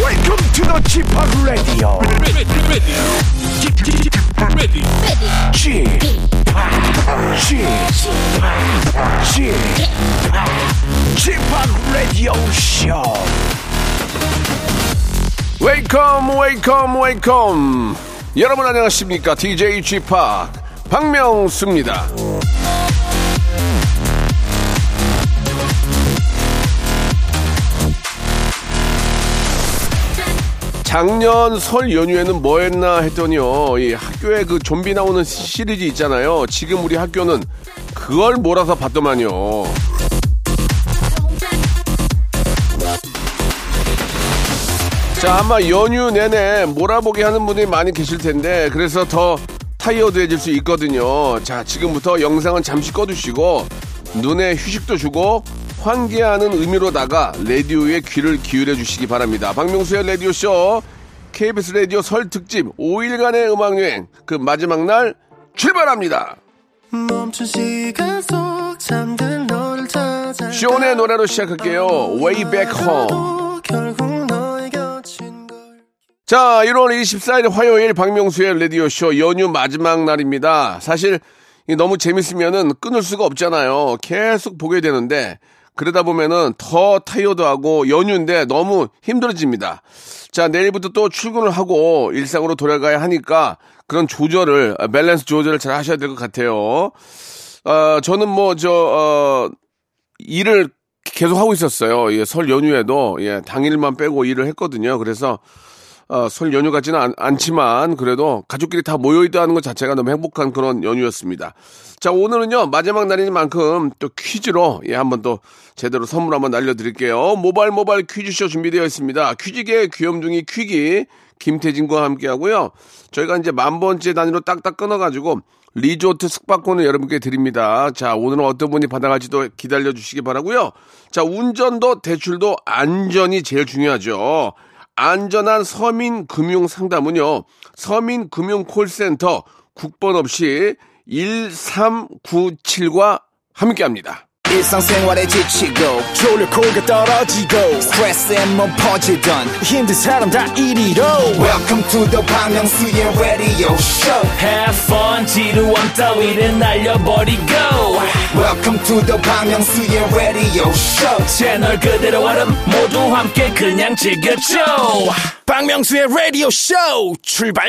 Welcome to the g p o p Radio. ready, ready, ready, ready. g p o p G p o p Radio Show. 웨이컴 웨이컴 웨이컴 여러분 안녕하십니까 DJ g p o p 박명수입니다 작년 설 연휴에는 뭐 했나 했더니요 이 학교에 그 좀비 나오는 시리즈 있잖아요 지금 우리 학교는 그걸 몰아서 봤더만요 자, 아마 연휴 내내 몰아보기 하는 분이 많이 계실 텐데, 그래서 더 타이어드해질 수 있거든요. 자, 지금부터 영상은 잠시 꺼두시고, 눈에 휴식도 주고, 환기하는 의미로다가, 라디오에 귀를 기울여 주시기 바랍니다. 박명수의 라디오쇼, KBS 라디오 설 특집 5일간의 음악여행, 그 마지막 날 출발합니다! 멈춘 시간 속 잠든 너를 찾아 쇼의 노래로 시작할게요. Way Back Home. 결국 너의 곁인 걸 자, 1월 24일 화요일 박명수의 라디오쇼 연휴 마지막 날입니다. 사실 이 너무 재밌으면은 끊을 수가 없잖아요. 계속 보게 되는데 그러다 보면은 더 타이어드하고 연휴인데 너무 힘들어집니다. 자, 내일부터 또 출근을 하고 일상으로 돌아가야 하니까 그런 조절을, 아, 밸런스 조절을 잘 하셔야 될 것 같아요. 어, 저는 뭐, 저, 어, 일을 계속 하고 있었어요. 예, 설 연휴에도, 예, 당일만 빼고 일을 했거든요. 그래서, 어, 설 연휴 같지는 않, 않지만, 그래도 가족끼리 다 모여있다는 것 자체가 너무 행복한 그런 연휴였습니다. 자, 오늘은요, 마지막 날인 만큼 또 퀴즈로, 예, 한번 또 제대로 선물 한번 날려드릴게요. 모발 모발 퀴즈쇼 준비되어 있습니다. 퀴즈계의 귀염둥이 퀴기, 김태진과 함께 하고요. 저희가 이제 만 번째 단위로 딱딱 끊어가지고 리조트 숙박권을 여러분께 드립니다. 자, 오늘은 어떤 분이 받아갈지도 기다려 주시기 바라고요. 자, 운전도 대출도 안전이 제일 중요하죠. 안전한 서민 금융 상담은요. 서민 금융 콜센터 국번 없이 1397과 함께 합니다. 일상생활에 지치고, 졸려 코가 떨어지고 스트레스에 몸 퍼지던, 힘든 사람 다 이리로. welcome to the Bang Myung-soo's radio show Have fun 지루함 따위를 날려버리고 welcome to the Bang Myung-soo's radio show 채널 그대로 얼음 모두 함께 그냥 즐겨줘 박명수의 라디오 쇼 출발.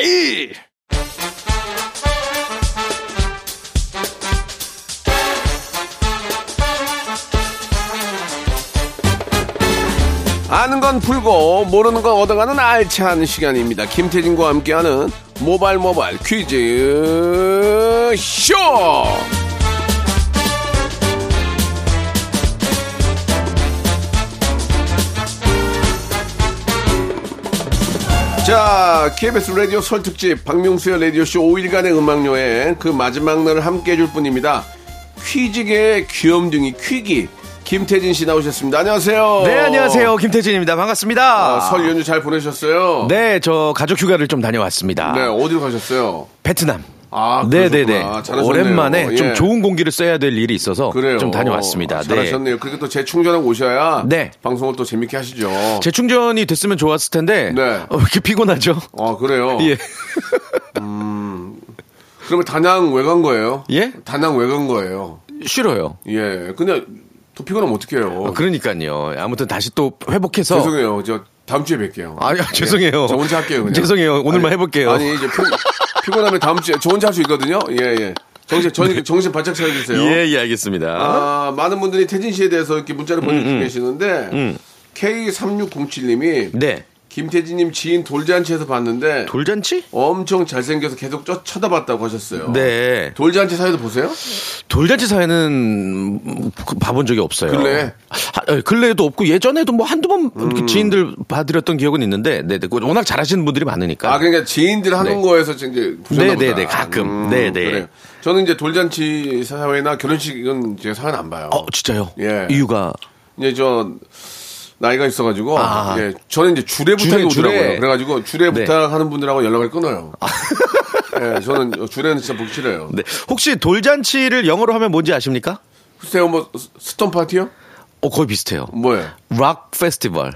아는 건 풀고 모르는 건 얻어가는 알찬 시간입니다. 김태진과 함께하는 모발 모발 퀴즈 쇼. 자, KBS 라디오 설 특집 박명수의 라디오 쇼 5일간의 음악 여행 그 마지막 날을 함께 해줄 분입니다. 퀴즈계의 귀염둥이 퀴기 김태진 씨 나오셨습니다. 안녕하세요. 네, 안녕하세요. 김태진입니다. 반갑습니다. 아, 설 연휴 잘 보내셨어요? 네, 저 가족 휴가를 좀 다녀왔습니다. 네, 어디로 가셨어요? 베트남. 아, 네, 네, 그러셨구나. 네. 잘하셨네요. 오랜만에 예. 좀 좋은 공기를 써야 될 일이 있어서 그래요. 좀 다녀왔습니다. 아, 네. 잘하셨네요. 그렇게 또 재충전하고 오셔야 네. 방송을 또 재밌게 하시죠. 재충전이 됐으면 좋았을 텐데 네. 어, 왜 이렇게 피곤하죠? 아, 그래요? 예. 그러면 다낭 왜 간 거예요? 예? 다낭 왜 간 거예요? 싫어요. 예. 근데 더 피곤하면 아, 어떡해요? 그러니까요. 아무튼 다시 또 회복해서 죄송해요. 저 다음 주에 뵐게요. 아니, 아, 예. 죄송해요. 저 혼자 할게요. 그냥. 죄송해요. 오늘만 아니, 해볼게요. 아니, 이제 피, 곤하면 다음 주에 저 혼자 할 수 있거든요. 예, 예. 정신, 정, 정신 바짝 차려주세요. 예, 예, 알겠습니다. 아, 많은 분들이 태진 씨에 대해서 이렇게 음, 문자를 보내주고 계시는데 K3607님이 네. 김태진님 지인 돌잔치에서 봤는데 돌잔치? 엄청 잘생겨서 계속 쪄- 쳐다봤다고 하셨어요. 네. 돌잔치 사회도 보세요? 돌잔치 사회는 음, 그- 봐본 적이 없어요. 근래? 음. 하- 에, 근래에도 없고 예전에도 뭐 한두 번 이렇게 지인들 봐드렸던 기억은 있는데 네, 네. 그 워낙 잘하시는 분들이 많으니까. 아 그러니까 지인들 하는 네. 거에서 이제 보셨나 네, 네, 보다. 음, 네, 가끔. 네, 네. 그래요. 저는 이제 돌잔치 사회나 결혼식은 제가 사연 안 봐요. 어, 진짜요? 예. 이유가 이제 저 나이가 있어가지고 아. 예, 저는 이제 주례 부탁이 주례, 오더라고요. 주례. 그래가지고 주례 네. 아. 부탁하는 분들하고 연락을 끊어요. 예, 저는 주례는 진짜 보기 싫어요. 네. 혹시 돌잔치를 영어로 하면 뭔지 아십니까? 글쎄요, 뭐 스- 스톤 파티요? 어, 거의 비슷해요. 뭐예요? 락 페스티벌.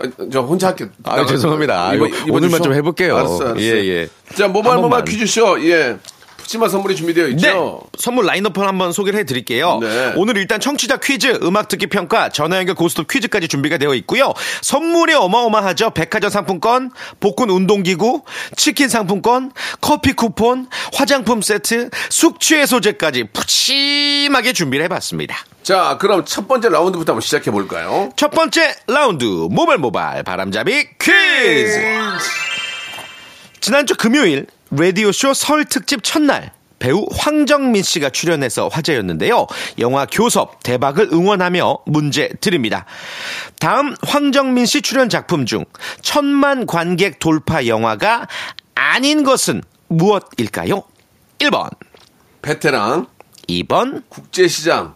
아, 저 혼자 할게요. 아, 죄송합니다. 이번- 아이고, 이번 오늘만 주쇼? 좀 해볼게요. 알았어요, 알았어요. 예, 예. 자, 모바일 한 모바일 번만. 퀴즈쇼. 예. 푸짐한 선물이 준비되어 네. 있죠? 선물 라인업을 한번 소개를 해드릴게요. 네. 오늘 일단 청취자 퀴즈, 음악 듣기 평가, 전화 연결 고스톱 퀴즈까지 준비가 되어 있고요. 선물이 어마어마하죠. 백화점 상품권, 복근 운동기구, 치킨 상품권, 커피 쿠폰, 화장품 세트, 숙취해소제까지 푸짐하게 준비를 해봤습니다. 자, 그럼 첫 번째 라운드부터 한번 시작해 볼까요? 첫 번째 라운드 모발 모발 바람잡이 퀴즈. 지난주 금요일 라디오 쇼 설 특집 첫날 배우 황정민 씨가 출연해서 화제였는데요. 영화 교섭 대박을 응원하며 문제 드립니다. 다음 황정민 씨 출연 작품 중 천만 관객 돌파 영화가 아닌 것은 무엇일까요? 1번, 베테랑, 2번, 국제시장,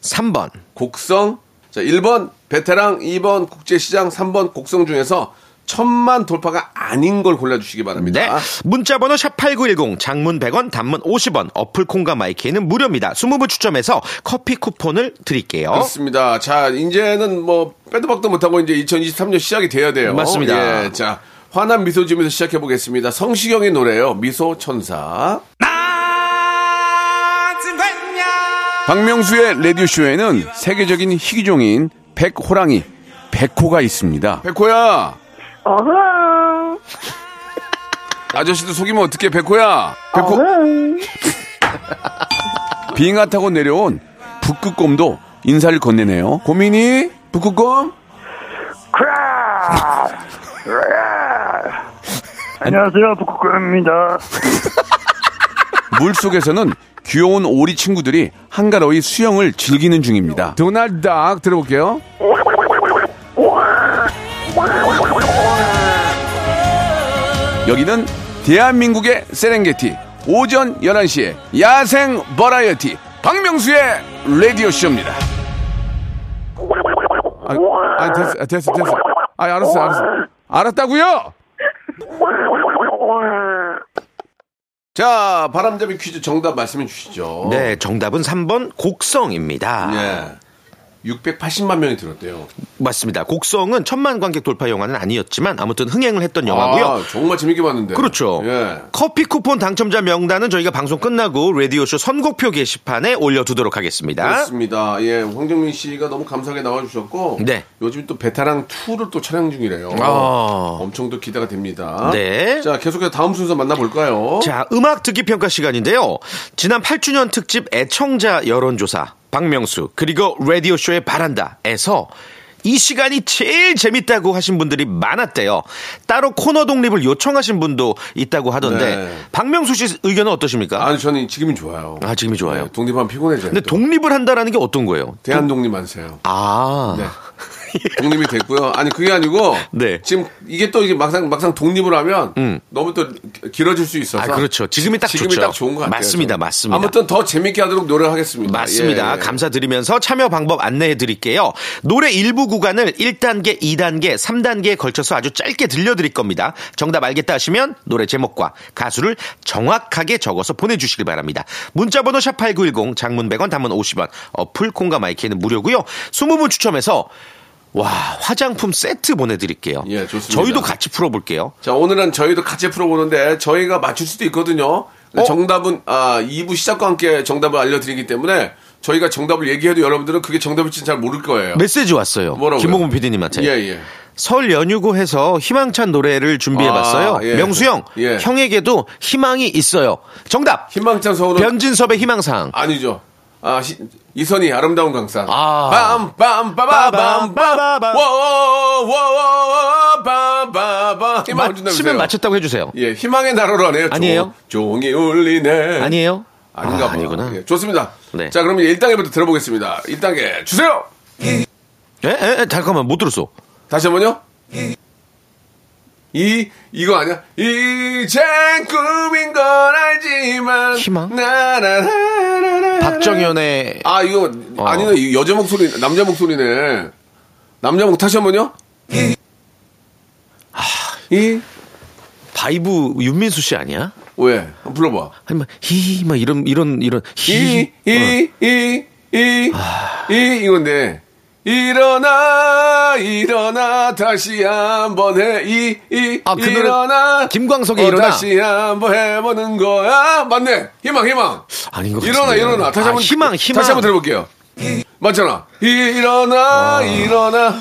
3번. 곡성. 자, 1번 베테랑, 2번 국제시장, 3번 곡성 중에서 천만 돌파가 아닌 걸 골라주시기 네. 바랍니다. 문자번호 샵8910, 장문 100원, 단문 50원, 어플 콩과 마이키는 무료입니다. 20분 추첨해서 커피 쿠폰을 드릴게요. 그렇습니다. 자, 이제는 뭐, 빼도 박도 못하고 이제 2023년 시작이 돼야 돼요. 맞습니다. 예, 자, 환한 미소 지면서 시작해 보겠습니다. 성시경의 노래요. 미소 천사. 박명수의 라디오쇼에는 세계적인 희귀종인 백호랑이, 백호가 있습니다. 백호야! 어흥, 아저씨도 속이면 어떻게 백호야? 백호. 어흥. 빙하 타고 내려온 북극곰도 인사를 건네네요. 고민이 북극곰? 안녕하세요, 북극곰입니다. 물 속에서는 귀여운 오리 친구들이 한가로이 수영을 즐기는 중입니다. 도날드 닭 들어볼게요. 여기는 대한민국의 세렝게티 오전 11시에 야생 버라이어티 박명수의 라디오 쇼입니다. 아, 아 됐어, 아, 됐어, 됐어. 아, 알았어, 알았어. 알았다고요? 자, 바람잡이 퀴즈 정답 말씀해 주시죠. 네, 정답은 3번 곡성입니다. 예. 680만 명이 들었대요. 맞습니다. 곡성은 천만 관객 돌파 영화는 아니었지만 아무튼 흥행을 했던 영화고요. 아, 정말 재밌게 봤는데. 그렇죠. 예. 커피 쿠폰 당첨자 명단은 저희가 방송 끝나고 라디오쇼 선곡표 게시판에 올려두도록 하겠습니다. 그렇습니다. 예, 황정민 씨가 너무 감사하게 나와주셨고, 네. 요즘 또 베테랑 2를 또 촬영 중이래요. 아. 엄청 또 기대가 됩니다. 네. 자, 계속해서 다음 순서 만나볼까요? 자, 음악 듣기 평가 시간인데요. 지난 8주년 특집 애청자 여론조사 박명수 그리고 라디오 쇼의 바란다에서 이 시간이 제일 재밌다고 하신 분들이 많았대요. 따로 코너 독립을 요청하신 분도 있다고 하던데 네. 박명수 씨 의견은 어떠십니까? 아니, 네, 저는 지금이 좋아요. 예, 아, 지금이 좋아요. 독립하면 피곤해져요. 근데 또. 독립을 한다라는 게 어떤 거예요? 대한 독립 안 세요. 아. 네. 독립이 됐고요. 아니 그게 아니고 네. 음. 지금 이게 또 이게 막상 막상 독립을 하면 너무 또 길어질 수 있어서 아, 그렇죠. 지금이 딱 지금이 좋죠. 딱 좋은 것 같아요. 맞습니다, 저는. 맞습니다. 아무튼 더 재밌게 하도록 노력하겠습니다. 맞습니다. 예, 예. 감사드리면서 참여 방법 안내해 드릴게요. 노래 일부 구간을 1단계, 2단계, 3단계에 걸쳐서 아주 짧게 들려드릴 겁니다. 정답 알겠다 하시면 노래 제목과 가수를 정확하게 적어서 보내주시길 바랍니다. 문자번호 샵8910, 장문 100원, 단문 50원, 어플 콩과 마이키는 무료고요. 20분 추첨해서 와 화장품 세트 보내드릴게요. 예, 좋습니다. 저희도 같이 풀어볼게요. 자 오늘은 저희도 같이 풀어보는데 저희가 맞출 수도 있거든요. 근데 어? 정답은 아 2부 시작과 함께 정답을 알려드리기 때문에 저희가 정답을 얘기해도 여러분들은 그게 정답일지는 잘 모를 거예요. 메시지 왔어요. 뭐라고요? 김홍훈 PD님한테. 예, 예. 설 연휴고 해서 희망찬 노래를 준비해봤어요. 아, 예. 명수 형, 예. 형에게도 희망이 있어요. 정답. 희망찬 서울은 변진섭의 희망상. 뭐? 아니죠. 아, 시- 이선희 아름다운 강산. 아. 빰빰 빠바밤 빠바밤. 빰. 워워워 빠바밤. 희망 좀 맞추면 내주세요. 맞췄다고 해주세요. 예, 희망의 나라로 하네요. 종- 아니에요? 종이 울리네. 아니에요? 아닌가 아, 봐. 아니구나. 예, 좋습니다. 네. 자, 그러면 1단계부터 들어보겠습니다. 1단계 주세요. 에? 에? 에? 예, 잠깐만 못 들었어. 다시 한번요. 이 이거 아니야? 이젠 꿈인 걸 알지만 희망? 나라라라라라. 박정현의 아 이거 어. 아니네 이거 여자 목소리 남자 목소리네 남자 목 다시 한번요 이왜 바이브 윤민수 씨 아니야? 한번 불러봐 아니면 히막 이런 이런 이런 히. 이 이 이 이 이 이건데 일어나 일어나 일어나 다시 한번 해이 이, 아, 그 노래 일어나 김광석의 어, 일어나. 다시 한번 해보는 거야 맞네 희망 희망 아닌 것 일어나 같은데. 일어나 다시 아, 한번 희망, 희망. 다시 한번 들어볼게요 맞잖아 이, 일어나 일어나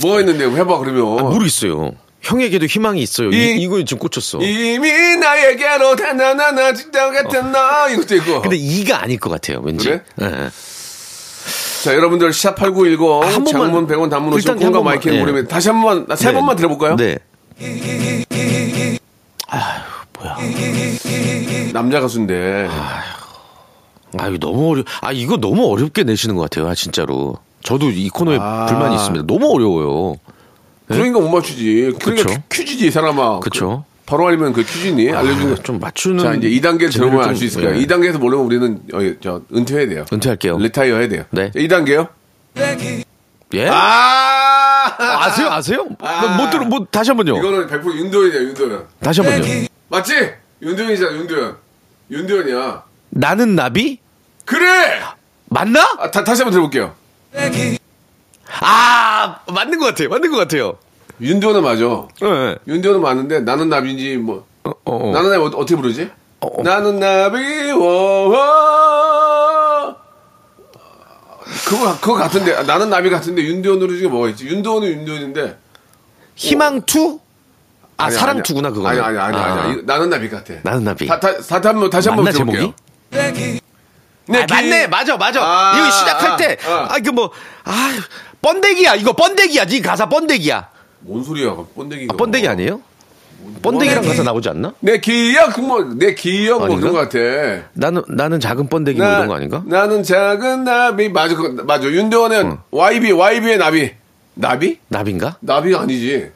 뭐 했는데 해봐 그러면 아, 뭐. 모르겠어요. 형에게도 희망이 있어요. 이, 이- 이거에 지금 꽂혔어. 이미 나에게로 다나나나 진짜 같은 나 이것도 있고 근데 이가 아닐 것 같아요. 왠지. 어. 그래? 예. 자 여러분들 한 번만. 샵8910 장문 100원 단문 일단 50원 공감 한 번만. 마이킹 예. 무료면 다시 한 번만 나세 네. 번만 들어볼까요? 네. 남자 가수인데 아, 아유 너무 어려. 아 이거 너무 어렵게 내시는 것 같아요. 아 진짜로. 저도 이 코너에 아. 불만이 있습니다. 너무 어려워요. 그러니까 못 맞추지. 그러니까 네. 그쵸. 퀴- 퀴즈지 이 사람아. 그쵸. 그- 바로 알면 그 퀴즈니 알려주는. 아, 좀 맞추는. 자 이제 2단계를 재미를 들어보면 좀- 알 수 있을 거야. 예. 2단계에서 모르면 우리는 어, 저 은퇴해야 돼요. 은퇴할게요. 리타이어 해야 돼요. 네. 2단계요? 예? 아! 아 아세요? 아세요? 아. 못 들어. 못 다시 한 번요. 이거는 네, 100% 윤도현이야 윤도현. 다시 한 번요. 맞지? 윤도현이잖아 윤도현. 윤도현이야. 나는 나비? 그래. 맞나? 아, 다, 다시 한번 들어볼게요. 아 맞는 것 같아요. 맞는 것 같아요. 윤도현은 맞아. 예, 예. 윤도현은 맞는데 나는 나비인지 뭐 어, 어, 어. 나는 나비 어, 어떻게 부르지? 어, 어. 나는 나비 워워 그거 그거 같은데 아, 나는 나비 같은데 윤도현으로 지금 뭐가 있지? 윤도현은 윤도현인데 희망 투? 아 아니, 사랑 아니야. 투구나 그거. 아니 아니 아니 아니, 아니. 이거 나는 나비 같아. 나는 나비. 다, 다, 다, 다 한번 다시 한번 맞나, 들어볼게요. 제목이? 네, 아, 맞네, 맞아, 맞아. 아, 이거 시작할 아, 때, 아. 아, 그 뭐, 아, 번데기야. 이거 번데기야. 네 가사 번데기야. 뭔 소리야? 번데기가. 아, 번데기 아니에요? 번데기랑 가사 나오지 않나? 내 기억 뭐내 기억 뭐 아닌가? 그런 것 같아. 나는, 나는 작은 번데기 뭐 이런 거 아닌가? 나는 작은 나비 맞아 그, 맞아 윤대원의 YB YB의 나비 나비 나비인가? 나비가 아니지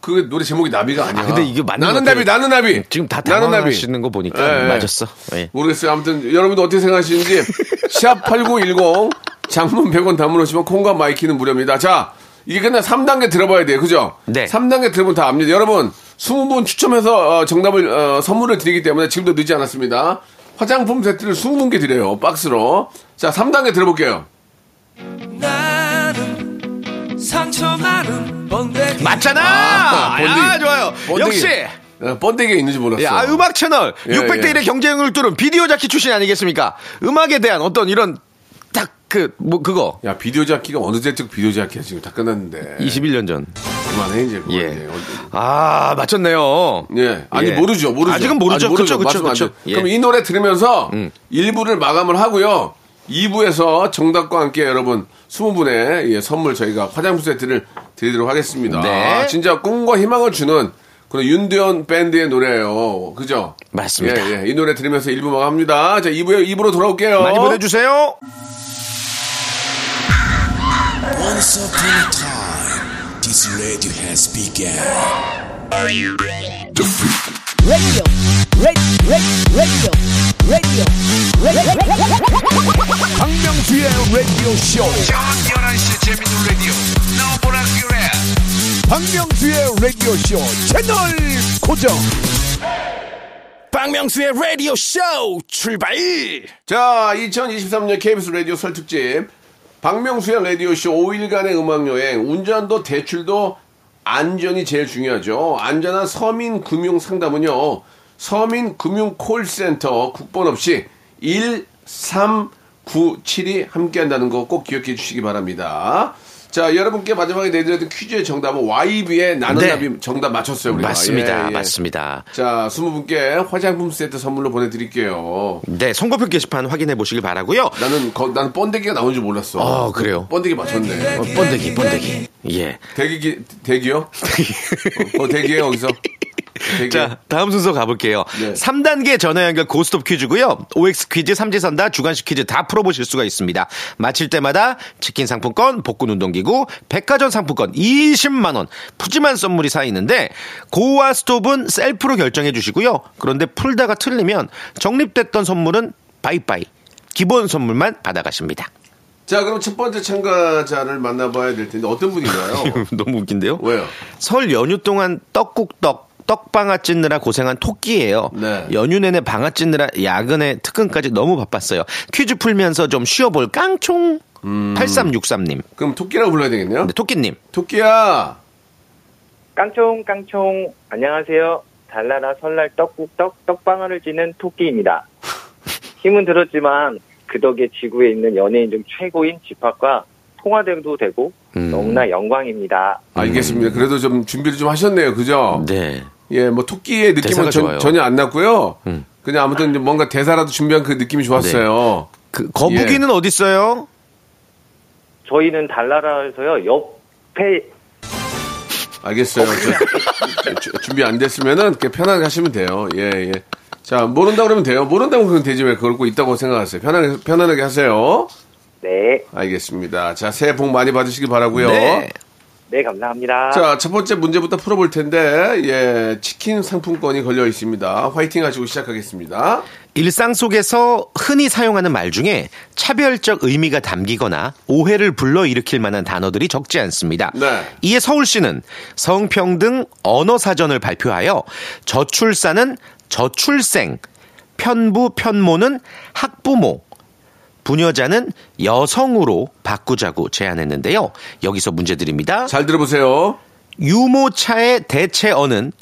그게 노래 제목이 나비가 아니야. 아, 근데 이게 맞는 나는 것 같아요. 나비 나는 나비 지금 다 나는 나비. 당황하시는 거 보니까 예, 예. 맞았어. 예. 모르겠어요. 아무튼 여러분들 어떻게 생각하시는지 샵8910 장문 100원 담문 오시면 콩과 마이키는 무료입니다. 자, 이게 그냥 3단계 들어봐야 돼요. 그죠? 네. 3단계 들어보면 다 압니다. 여러분, 20분 추첨해서 어, 정답을 어, 선물을 드리기 때문에 지금도 늦지 않았습니다. 화장품 세트를 20분께 드려요. 박스로. 자, 3단계 들어볼게요. 맞잖아! 아, 번데기. 야, 좋아요. 역시! 어, 번데기가 있는지 몰랐어. 야, 아, 음악 채널 예, 600대 1의 경쟁을 뚫은 비디오 자키 출신 아니겠습니까? 음악에 대한 어떤 이런 딱 그 뭐 그거 야, 비디오 잡기가 어느 때쯤 비디오 잡기야 지금 다 끝났는데. 21년 전. 그만해, 이제. 그만 예. 이제. 어디- 아, 맞췄네요. 예. 아니 예. 모르죠. 모르죠. 아직은 모르죠. 아직 모르죠. 그쵸, 그쵸, 맞으면 안 그쵸. 돼요. 예. 그럼 이 노래 들으면서 음. 일 1부를 마감을 하고요. 2부에서 정답과 함께 여러분 20분의 예, 선물 저희가 화장품 세트를 드리도록 하겠습니다. 네. 아, 진짜 꿈과 희망을 주는 그런 윤두현 밴드의 노래예요. 그죠? 맞습니다. 예, 예. 이 노래 들으면서 1부 마감합니다. 자, 2부에 2부로 돌아올게요. 많이 보내 주세요. Once upon a time, this radio has begun. 박명수의 라디오 쇼. 박명수의 라디오 쇼 채널 고정. 박명수의 라디오 쇼 출발. 자, 2023년 KBS 라디오 설 특집 박명수의 라디오쇼 5일간의 음악여행 운전도 대출도 안전이 제일 중요하죠. 안전한 서민 금융 상담은요. 서민 금융 콜센터 국번 없이 13972 함께 한다는 거 꼭 기억해 주시기 바랍니다. 자, 여러분께 마지막에 내드렸던 퀴즈의 정답은 YB의 나는 네. 나비 정답 맞췄어요. 우리가. 맞습니다. 예, 예. 맞습니다. 자, 20분께 화장품 세트 선물로 보내드릴게요. 네, 선거표 게시판 확인해 보시길 바라고요. 나는 거, 나는 번데기가 나온 줄 몰랐어. 아, 그래요? 번데기 맞췄네. 어, 번데기, 번데기. 예. 대기 대기요? 어, 어, 대기요 여기서. 대기. 자, 다음 순서 가볼게요. 네. 3단계 전화 연결 고스톱 퀴즈고요. OX 퀴즈, 삼지선다, 주간식 퀴즈 다 풀어보실 수가 있습니다. 마칠 때마다 치킨 상품권, 복근 운동기구, 백화점 상품권 20만원, 푸짐한 선물이 쌓이는데 고와 스톱은 셀프로 결정해 주시고요. 그런데 풀다가 틀리면 적립됐던 선물은 바이바이. 기본 선물만 받아가십니다. 자, 그럼 첫 번째 참가자를 만나봐야 될 텐데 어떤 분인가요? 너무 웃긴데요? 왜요? 설 연휴 동안 떡국떡 떡방아 찢느라 고생한 토끼예요. 네. 연휴 내내 방아 찢느라 야근에 특근까지 너무 바빴어요. 퀴즈 풀면서 좀 쉬어볼 깡총. 8363님. 그럼 토끼라고 불러야 되겠네요. 네, 토끼님. 토끼야. 깡총 깡총 안녕하세요. 달나라 설날 떡국떡 떡방아를 찌는 토끼입니다. 힘은 들었지만 그 덕에 지구에 있는 연예인 중 최고인 집합과 통화대도 되고 너무나 영광입니다. 알겠습니다. 그래도 좀 준비를 좀 하셨네요. 그죠? 음. 네. 예, 뭐 토끼의 느낌은 대사가 전- 좋아요. 음. 전혀 안 났고요. 그냥 아무튼 이제 뭔가 대사라도 준비한 그 느낌이 좋았어요. 그 거북이는 어디 있어요? 저희는 달나라에서요 옆에 알겠어요. 저- 저- 저- 준비 안 됐으면은 그냥 편하게 하시면 돼요. 예, 예. 자, 모른다 고 그러면 돼요. 모른다고 그러면 되지 왜 그걸 꼭 있다고 생각하세요. 편하게 편안하게 하세요. 네, 알겠습니다. 자, 새해 복 많이 받으시길 바라고요. 네. 네 감사합니다. 자, 첫 번째 문제부터 풀어볼 텐데, 예, 치킨 상품권이 걸려 있습니다. 화이팅 하시고 시작하겠습니다. 일상 속에서 흔히 사용하는 말 중에 차별적 의미가 담기거나 오해를 불러일으킬 만한 단어들이 적지 않습니다. 네. 이에 서울시는 성평등 언어사전을 발표하여 저출산은 저출생, 편부 편모는 학부모, 부녀자는 여성으로 바꾸자고 제안했는데요. 여기서 문제드립니다. 잘 들어보세요. 유모차의 대체어는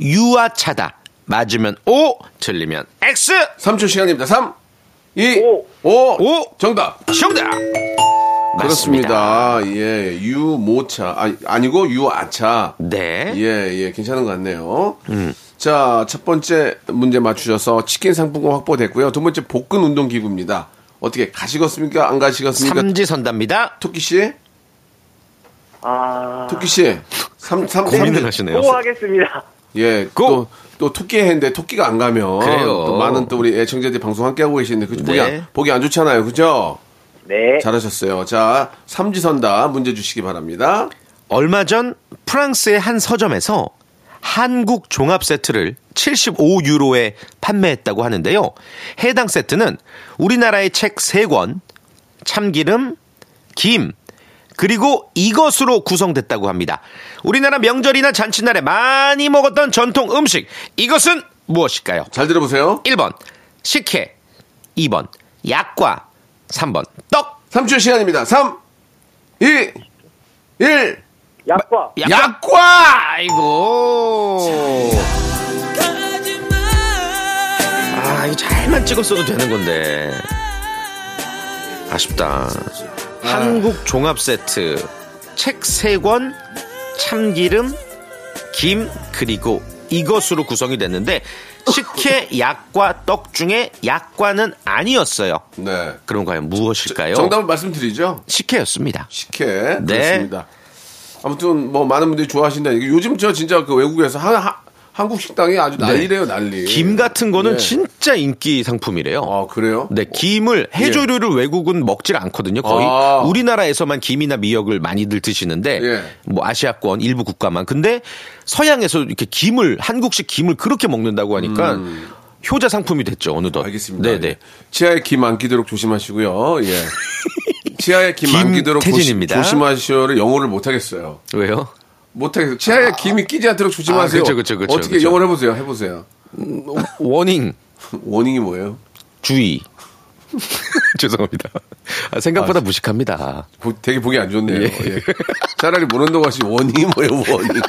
유아차다. 맞으면 O, 틀리면 X. 3초 시간입니다. 3, 2, 오. 5, 오. 정답. 정답. 그렇습니다. 예, 유모차. 아, 아니고 유아차. 네. 예, 예, 괜찮은 것 같네요. 자, 첫 번째 문제 맞추셔서 치킨 상품권 확보됐고요. 두 번째 복근 운동기구입니다. 어떻게 가시겠습니까? 안 가시겠습니까? 삼지선답니다. 토끼 씨? 아, 토끼 씨. 삼, 삼, 고민을 삼- 하시네요. 또 하겠습니다. 예, 고! 또, 또 토끼 했는데 토끼가 안 가면 그래요. 또 많은 또 우리 애청자들이 방송 함께 하고 계시는데 그 보기, 네. 안, 보기 안 좋잖아요. 그죠? 네, 잘하셨어요. 자, 삼지선다 문제 주시기 바랍니다. 얼마 전 프랑스의 한 서점에서 한국 종합 세트를 75유로에 판매했다고 하는데요. 해당 세트는 우리나라의 책 3권, 참기름, 김, 그리고 이것으로 구성됐다고 합니다. 우리나라 명절이나 잔치날에 많이 먹었던 전통 음식, 이것은 무엇일까요? 잘 들어보세요. 1번, 식혜, 2번, 약과, 3번, 떡, 3초 시간입니다. 3, 2, 1. 약과 약과! 아이고. 아, 이거 잘만 찍었어도 되는 건데. 아쉽다. 한국 종합 세트. 책 세권 참기름, 김, 그리고 이것으로 구성이 됐는데, 식혜, 약과, 떡 중에 약과는 아니었어요. 네. 그럼 과연 무엇일까요? 정답을 말씀드리죠. 식혜였습니다. 식혜. 네. 그렇습니다. 아무튼 뭐 많은 분들이 좋아하신다. 이게 요즘 저 진짜 그 외국에서 한, 하- 한국 식당이 아주 난리래요, 난리. 네. 김 같은 거는 예. 진짜 인기 상품이래요. 아, 그래요? 네, 김을 해조류를 외국은 먹질 않거든요. 거의 예. 아. 우리나라에서만 김이나 미역을 많이들 드시는데 예. 뭐 아시아권 일부 국가만. 근데 서양에서 이렇게 김을 한국식 김을 그렇게 먹는다고 하니까 효자 상품이 됐죠 어느덧. 음. 알겠습니다. 네, 네. 예. 치아에 김 안 끼도록 조심하시고요. 예. 치아에 김 안 끼도록 김태진입니다. 조심, 하시오를 영어를 못 하겠어요. 왜요? 못 하겠어요. 치아에 김이 끼지 않도록 조심하세요. 아, 그쵸, 그쵸, 그쵸, 어떻게 그쵸. 영어를 해보세요. 해보세요. 워닝 원인이 뭐예요? 주의. 죄송합니다. 아, 생각보다 무식합니다. 보- 되게 보기 안 좋네요. 예. 차라리 모른다고 하시 원이 뭐예요, 원이.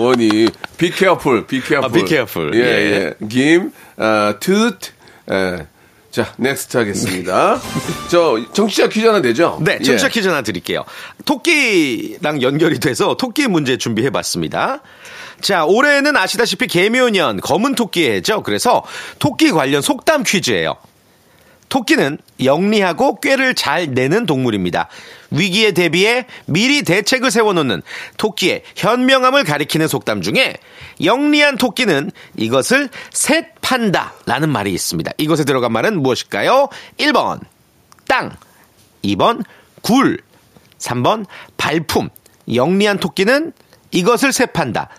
원이. Be careful, be careful. 아, be careful. 예, 예. 김, 어, tooth, 예. 자, 넥스트 하겠습니다. 저, 정치자 퀴즈 하나 되죠? 네, 청취자 예. 퀴즈 하나 드릴게요. 토끼랑 연결이 돼서 토끼 문제 준비해봤습니다. 자, 올해는 아시다시피 개묘년 검은 토끼의 해죠. 그래서 토끼 관련 속담 퀴즈예요. 토끼는 영리하고 꾀를 잘 내는 동물입니다. 위기에 대비해 미리 대책을 세워놓는 토끼의 현명함을 가리키는 속담 중에 영리한 토끼는 이것을 셋 판다 라는 말이 있습니다. 이것에 들어간 말은 무엇일까요? 1번, 땅. 2번 굴, 3번 발품. 영리한 토끼는 이것을 세판다.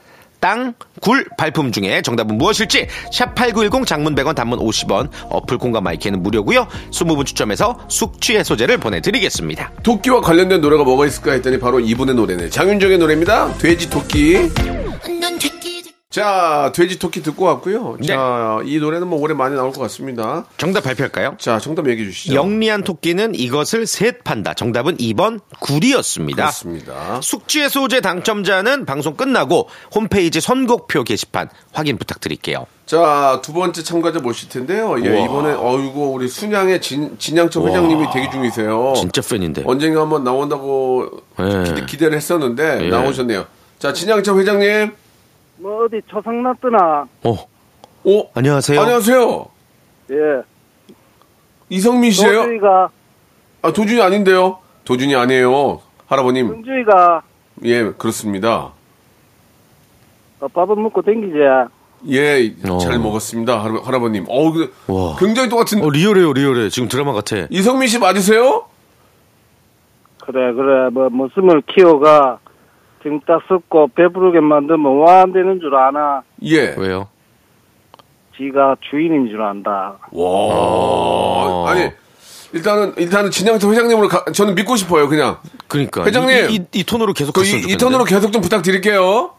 땅, 굴, 발품 중에 정답은 무엇일지 샵8910 장문 100원 단문 50원 어플 공과 마이크는 무료고요. 20분 추첨해서 숙취의 소재를 보내드리겠습니다. 토끼와 관련된 노래가 뭐가 있을까 했더니 바로 이분의 노래네. 장윤정의 노래입니다. 돼지 토끼. 자, 돼지 토끼 듣고 왔고요. 네. 자, 이 노래는 뭐 올해 많이 나올 것 같습니다. 정답 발표할까요? 자, 정답 얘기해 주시죠. 영리한 토끼는 이것을 셋 판다. 정답은 2번 구리였습니다. 그렇습니다. 숙취 소재 당첨자는 방송 끝나고 홈페이지 선곡표 게시판 확인 부탁드릴게요. 자, 두 번째 참가자 모실 텐데요. 예, 우와. 이번에 어이구 우리 순양의 진, 진양철 회장님이 대기 중이세요. 진짜 팬인데. 언젠가 한번 나온다고 예. 어. 기, 대를 했었는데 예. 나오셨네요. 자, 진양철 회장님. 뭐 어디 초상났더나 어, 오, 안녕하세요. 안녕하세요. 예 이성민 씨예요? 네. 노주이가 아, 도준이 아닌데요. 도준이 아니에요. 할아버님. 승주이가 예, 그렇습니다. 어, 밥은 먹고 댕기지 예, 어. 잘 먹었습니다. 할아- 할아버님. 어우, 그- 와. 굉장히 똑같은 어, 리얼해요, 리얼해. 지금 드라마 같아. 이성민 씨 맞으세요? 그래 그래 뭐 목숨을 키워가 지금 딱 썩고 배부르게 만들면 와 안 되는 줄 아나 예. 왜요? 지가 주인인 줄 안다 어. 와. 아니, 일단은, 일단은 진양태 회장님으로 가- 저는 믿고 싶어요, 그냥. 그러니까 회장님! 이, 이, 이 톤으로 계속 그, 이, 갔으면 이 좋겠는데. 톤으로 계속 좀 부탁드릴게요.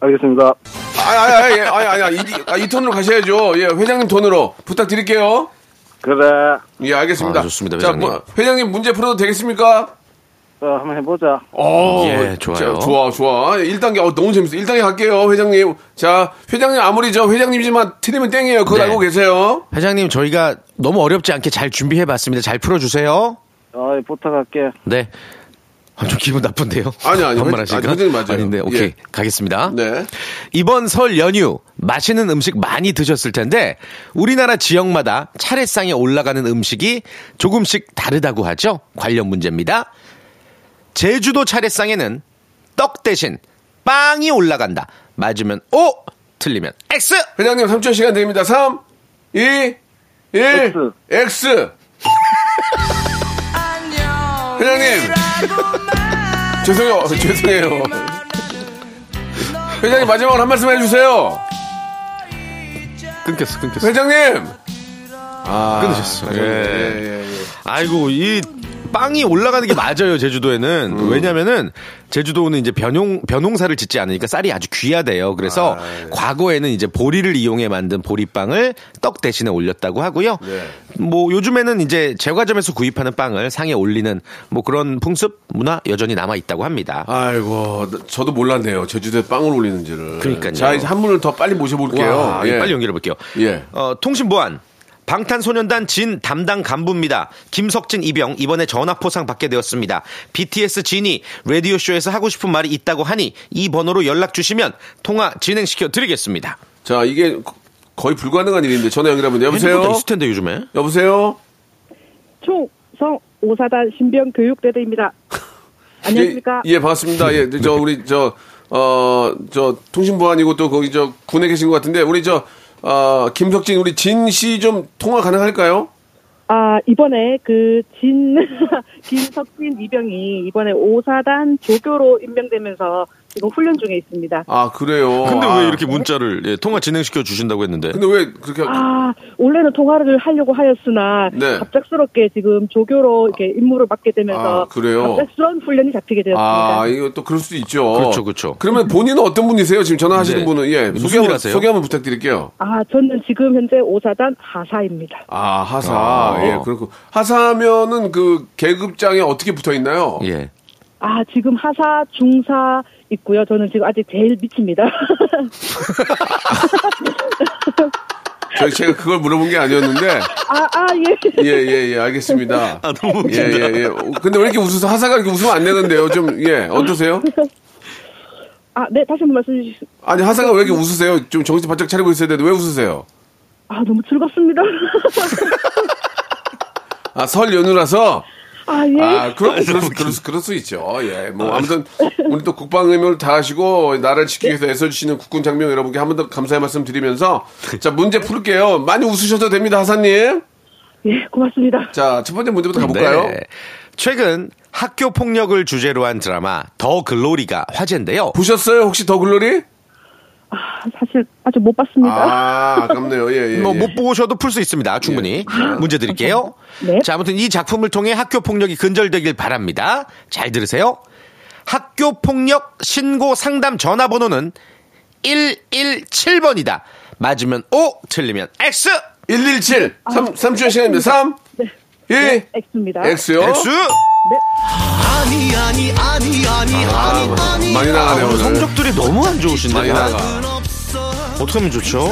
알겠습니다 아, 아, 아, 아, 예, 아, 아, 아, 이, 아, 이 톤으로 가셔야죠. 예, 회장님 톤으로 부탁드릴게요. 그래 예, 알겠습니다. 아, 좋습니다, 자, 회장님. 뭐, 회장님 문제 풀어도 되겠습니까? 어, 한번 해보자 어, 예, 좋아요. 자, 좋아, 좋아. 1단계, 어, 너무 재밌어. 1단계 갈게요, 회장님. 자, 회장님 아무리 저 회장님이지만 틀리면 땡이에요. 그거 네. 알고 계세요. 회장님 저희가 너무 어렵지 않게 잘 준비해봤습니다. 잘 풀어주세요. 어 예, 부탁할게 네. 아, 좀 기분 나쁜데요. 아니, 아니, 반말 회- 하시니까? 아니, 회장님 맞아요. 아닌데, 오케이. 예. 가겠습니다. 네. 이번 설 연휴 맛있는 음식 많이 드셨을 텐데 우리나라 지역마다 차례상에 올라가는 음식이 조금씩 다르다고 하죠. 관련 문제입니다. 제주도 차례상에는 떡 대신 빵이 올라간다. 맞으면 O, 틀리면 X. 회장님 3초 시간 됩니다. 3, 2, 1, X. X. 회장님. 죄송해요. 죄송해요. 회장님 마지막으로 한 말씀 해주세요. 끊겼어, 끊겼어. 회장님. 아, 끊으셨어. 예, 예. 예, 예. 아이고 이 빵이 올라가는 게 맞아요 제주도에는 음. 왜냐면은 제주도는 이제 변용 변홍사를 짓지 않으니까 쌀이 아주 귀하대요 그래서 아, 예. 과거에는 이제 보리를 이용해 만든 보리빵을 떡 대신에 올렸다고 하고요 네. 뭐 요즘에는 이제 제과점에서 구입하는 빵을 상에 올리는 뭐 그런 풍습 문화 여전히 남아 있다고 합니다 아이고, 나- 저도 몰랐네요. 제주도에 빵을 올리는지를. 그러니까요. 자, 이제 한 분을 더 빨리 모셔볼게요. 와, 예. 빨리 연결해 볼게요. 예. 어, 통신보안. 방탄소년단 진 담당 간부입니다. 김석진 이병 이번에 전화포상 받게 되었습니다. BTS 진이 라디오 쇼에서 하고 싶은 말이 있다고 하니 이 번호로 연락 주시면 통화 진행시켜 드리겠습니다. 자, 이게 거- 거의 불가능한 일인데 전화 연결하면 돼요. 핸드폰도 여보세요? 있을 텐데 요즘에. 여보세요? 총성 오사단 신병 교육대대입니다. 안녕하십니까? 예, 예, 반갑습니다. 예, 네. 저 우리 저 어, 저 통신보안이고 또 거기 저 군에 계신 것 같은데 우리 저 어, 김석진 우리 진 씨 좀 통화 가능할까요? 아 이번에 그진 김석진 이병이 이번에 오사단 조교로 임명되면서 지금 훈련 중에 있습니다. 아, 그래요. 아, 문자를 예, 통화 진행시켜 주신다고 했는데? 근데 왜 그렇게 아 원래는 통화를 하려고 하였으나 네. 갑작스럽게 지금 조교로 이렇게 임무를 맡게 되면서 아, 그래요? 갑작스러운 훈련이 잡히게 되었습니다. 아, 이거 또 그럴 수도 있죠. 그렇죠, 그렇죠. 그러면 본인은 어떤 분이세요? 지금 전화하시는 네. 분은 예, 무슨 소개 한번 일 하세요? 소개 한번 부탁드릴게요. 아 저는 지금 현재 오사단 하사입니다. 아, 하사. 아. 예, 그렇고. 하사면은 그 계급장에 어떻게 붙어 있나요? 예. 아, 지금 하사, 중사 있고요. 저는 지금 아직 제일 밑입니다. 저 제가 그걸 물어본 게 아니었는데 아, 아, 예. 예, 예, 예, 알겠습니다. 아, 너무 예, 예, 예. 어, 근데 왜 이렇게 웃어서 하사가 이렇게 웃으면 안 되는데요? 좀, 예, 어떠세요? 아, 네, 다시 한번 말씀해 주시죠. 아니, 하사가 왜 이렇게 웃으세요? 좀 정신 바짝 차리고 있어야 되는데 왜 웃으세요? 아, 너무 즐겁습니다. 아, 설 연휴라서? 아, 예. 아, 그럼, 그럴, 수- 그럴, 수- 그럴 수 있죠. 예, 뭐, 아무튼, 우리 또 국방의무를 다하시고, 나라를 지키기 위해서 애써주시는 국군 장병 여러분께 한 번 더 감사의 말씀 드리면서, 자, 문제 풀게요. 많이 웃으셔도 됩니다, 하사님. 예, 고맙습니다. 자, 첫 번째 문제부터 가볼까요? 네. 최근 학교 폭력을 주제로 한 드라마 더 글로리가 화제인데요. 보셨어요? 혹시 더 글로리? 아, 사실 아직 못 봤습니다. 아, 아깝네요. 예, 예. 예. 뭐 못 보셔도 풀 수 있습니다. 충분히. 문제 드릴게요. 네. 자, 아무튼 이 작품을 통해 학교 폭력이 근절되길 바랍니다. 잘 들으세요. 학교 폭력 신고 상담 전화번호는 117번이다. 맞으면 O, 틀리면 X. 117. 삼 3, 초의 시간입니다. 3, 네. 2, X입니다. 예. X요. 예. X. 아니 아니 아니 아니 아니 아니 많이 나가네요, 오늘 오늘. 성적들이 아. 너무 안 많이 좋으신데요. 나가. 어떻게 하면 좋죠?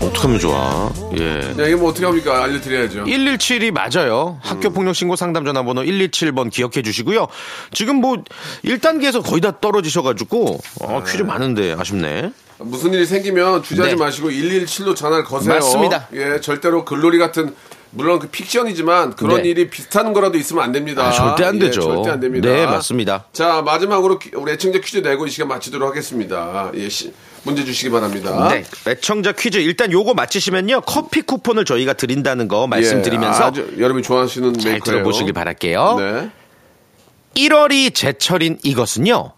어떻게 하면 좋아? 예. 야, 이거 뭐 어떻게 합니까? 알려드려야죠. 117이 맞아요. 학교 폭력 신고 상담 전화번호 117번 기억해 주시고요. 지금 뭐 1단계에서 거의 다 떨어지셔 가지고 아, 퀴즈 많은데 아쉽네. 무슨 일이 생기면 주저하지 네. 마시고 117로 전화를 거세요. 맞습니다. 예, 절대로 글로리 같은 물론 그 픽션이지만 그런 네. 일이 비슷한 거라도 있으면 안 됩니다. 아, 절대 안 예, 되죠. 절대 안 됩니다. 네, 맞습니다. 자, 마지막으로 퀴- 우리 애청자 퀴즈 내고 이 시간 마치도록 하겠습니다. 예, 시- 문제 주시기 바랍니다. 네. 애청자 퀴즈 일단 요거 맞히시면요. 커피 쿠폰을 저희가 드린다는 거 예, 말씀드리면서 아주 여러분이 좋아하시는 잘 메이커예요. 들어보시길 바랄게요. 네. 1월이 제철인 이것은요.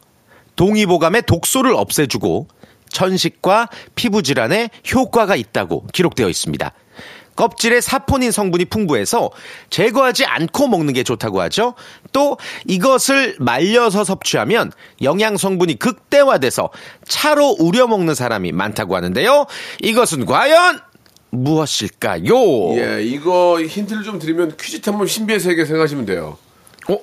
동의보감의 독소를 없애주고 천식과 피부 질환에 효과가 있다고 기록되어 있습니다. 껍질에 사포닌 성분이 풍부해서 제거하지 않고 먹는 게 좋다고 하죠. 또 이것을 말려서 섭취하면 영양 성분이 극대화돼서 차로 우려 먹는 사람이 많다고 하는데요. 이것은 과연 무엇일까요? 예, 이거 힌트를 좀 드리면 퀴즈 탐험 신비의 세계 생각하시면 돼요. 어?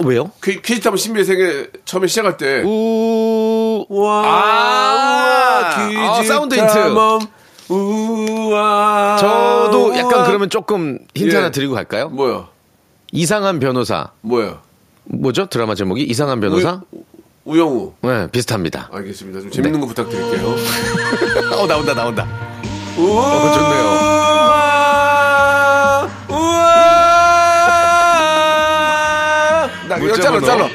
왜요? 퀴, 퀴즈 탐험 신비의 세계 처음에 시작할 때 우 우와, 아, 우와, 아, 퀴즈 사운드 힌트. 탐험, 우와, 저도 약간 우와. 그러면 조금 힌트 예. 하나 드리고 갈까요? 뭐요? 이상한 변호사. 뭐요? 뭐죠? 드라마 제목이 이상한 변호사? 우- 우영우. 네, 비슷합니다. 알겠습니다. 좀 재밌는 네. 거 부탁드릴게요. 어, 나온다, 나온다. 우와, 어, 좋네요. 아, 우와, 우와. 나 이거 문자 잘라, 번호. 잘라.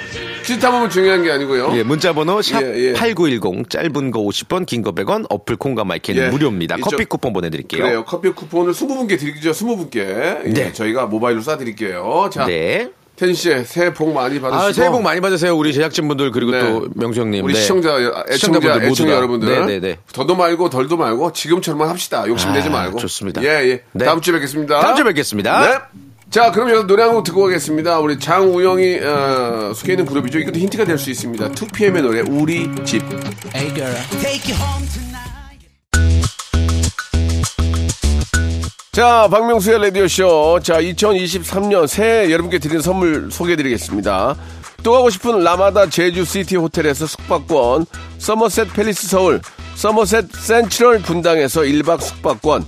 퀴즈 탐험은 중요한 게 아니고요. 예, 문자 번호 샵 예, 예. 8910 짧은 거 50원, 긴 거 100원, 어플 콩과 마이크는 예. 무료입니다. 이쪽- 커피 쿠폰 보내 드릴게요. 그래요. 커피 쿠폰을 20분께 드리죠. 20분께. 예. 예, 네. 저희가 모바일로 쏴드릴게요. 자, 네. 텐 씨, 새해 복 많이 받으시고. 아, 새해 복 많이 받으세요. 우리 제작진분들 그리고 네. 또 명수 형님. 우리 네. 시청자, 애청자, 시청자분들 애청자 모두가. 여러분들. 네, 네, 네. 더도 말고 덜도 말고 지금처럼만 합시다. 욕심내지 아, 말고. 좋습니다. 예, 예. 네. 다음 주에 뵙겠습니다. 다음 주에 뵙겠습니다. 네. 자, 그럼 여기서 노래 한 곡 듣고 가겠습니다. 우리 장우영이 어, 속해 있는 그룹이죠. 이것도 힌트가 될 수 있습니다. 2PM의 노래 우리 집. 자, 박명수의 라디오쇼. 자, 2023년 새해 여러분께 드리는 선물 소개해드리겠습니다. 또 가고 싶은 라마다 제주시티 호텔에서 숙박권, 서머셋 팰리스 서울, 서머셋 센트럴 분당에서 1박 숙박권,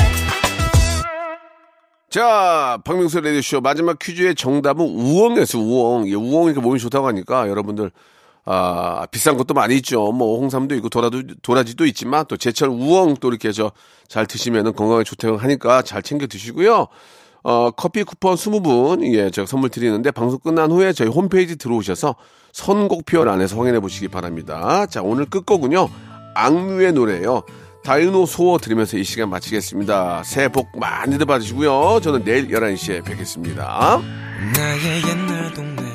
자, 박명수 레디쇼 마지막 퀴즈의 정답은 우엉이었어요. 우엉. 예, 우엉이 몸이 좋다고 하니까 여러분들 아, 비싼 것도 많이 있죠. 뭐 홍삼도 있고 도라도 도라지도 있지만 또 제철 우엉 또 이렇게 저 잘 드시면은 건강에 좋다고 하니까 잘 챙겨 드시고요. 어, 커피 쿠폰 20분, 예, 제가 선물 드리는데, 방송 끝난 후에 저희 홈페이지 들어오셔서 선곡표 안에서 확인해 보시기 바랍니다. 자, 오늘 끝거군요. 악뮤의 노래예요 다이노 소어 들으면서 이 시간 마치겠습니다. 새해 복 많이들 받으시고요. 저는 내일 11시에 뵙겠습니다. 나의 옛날 동네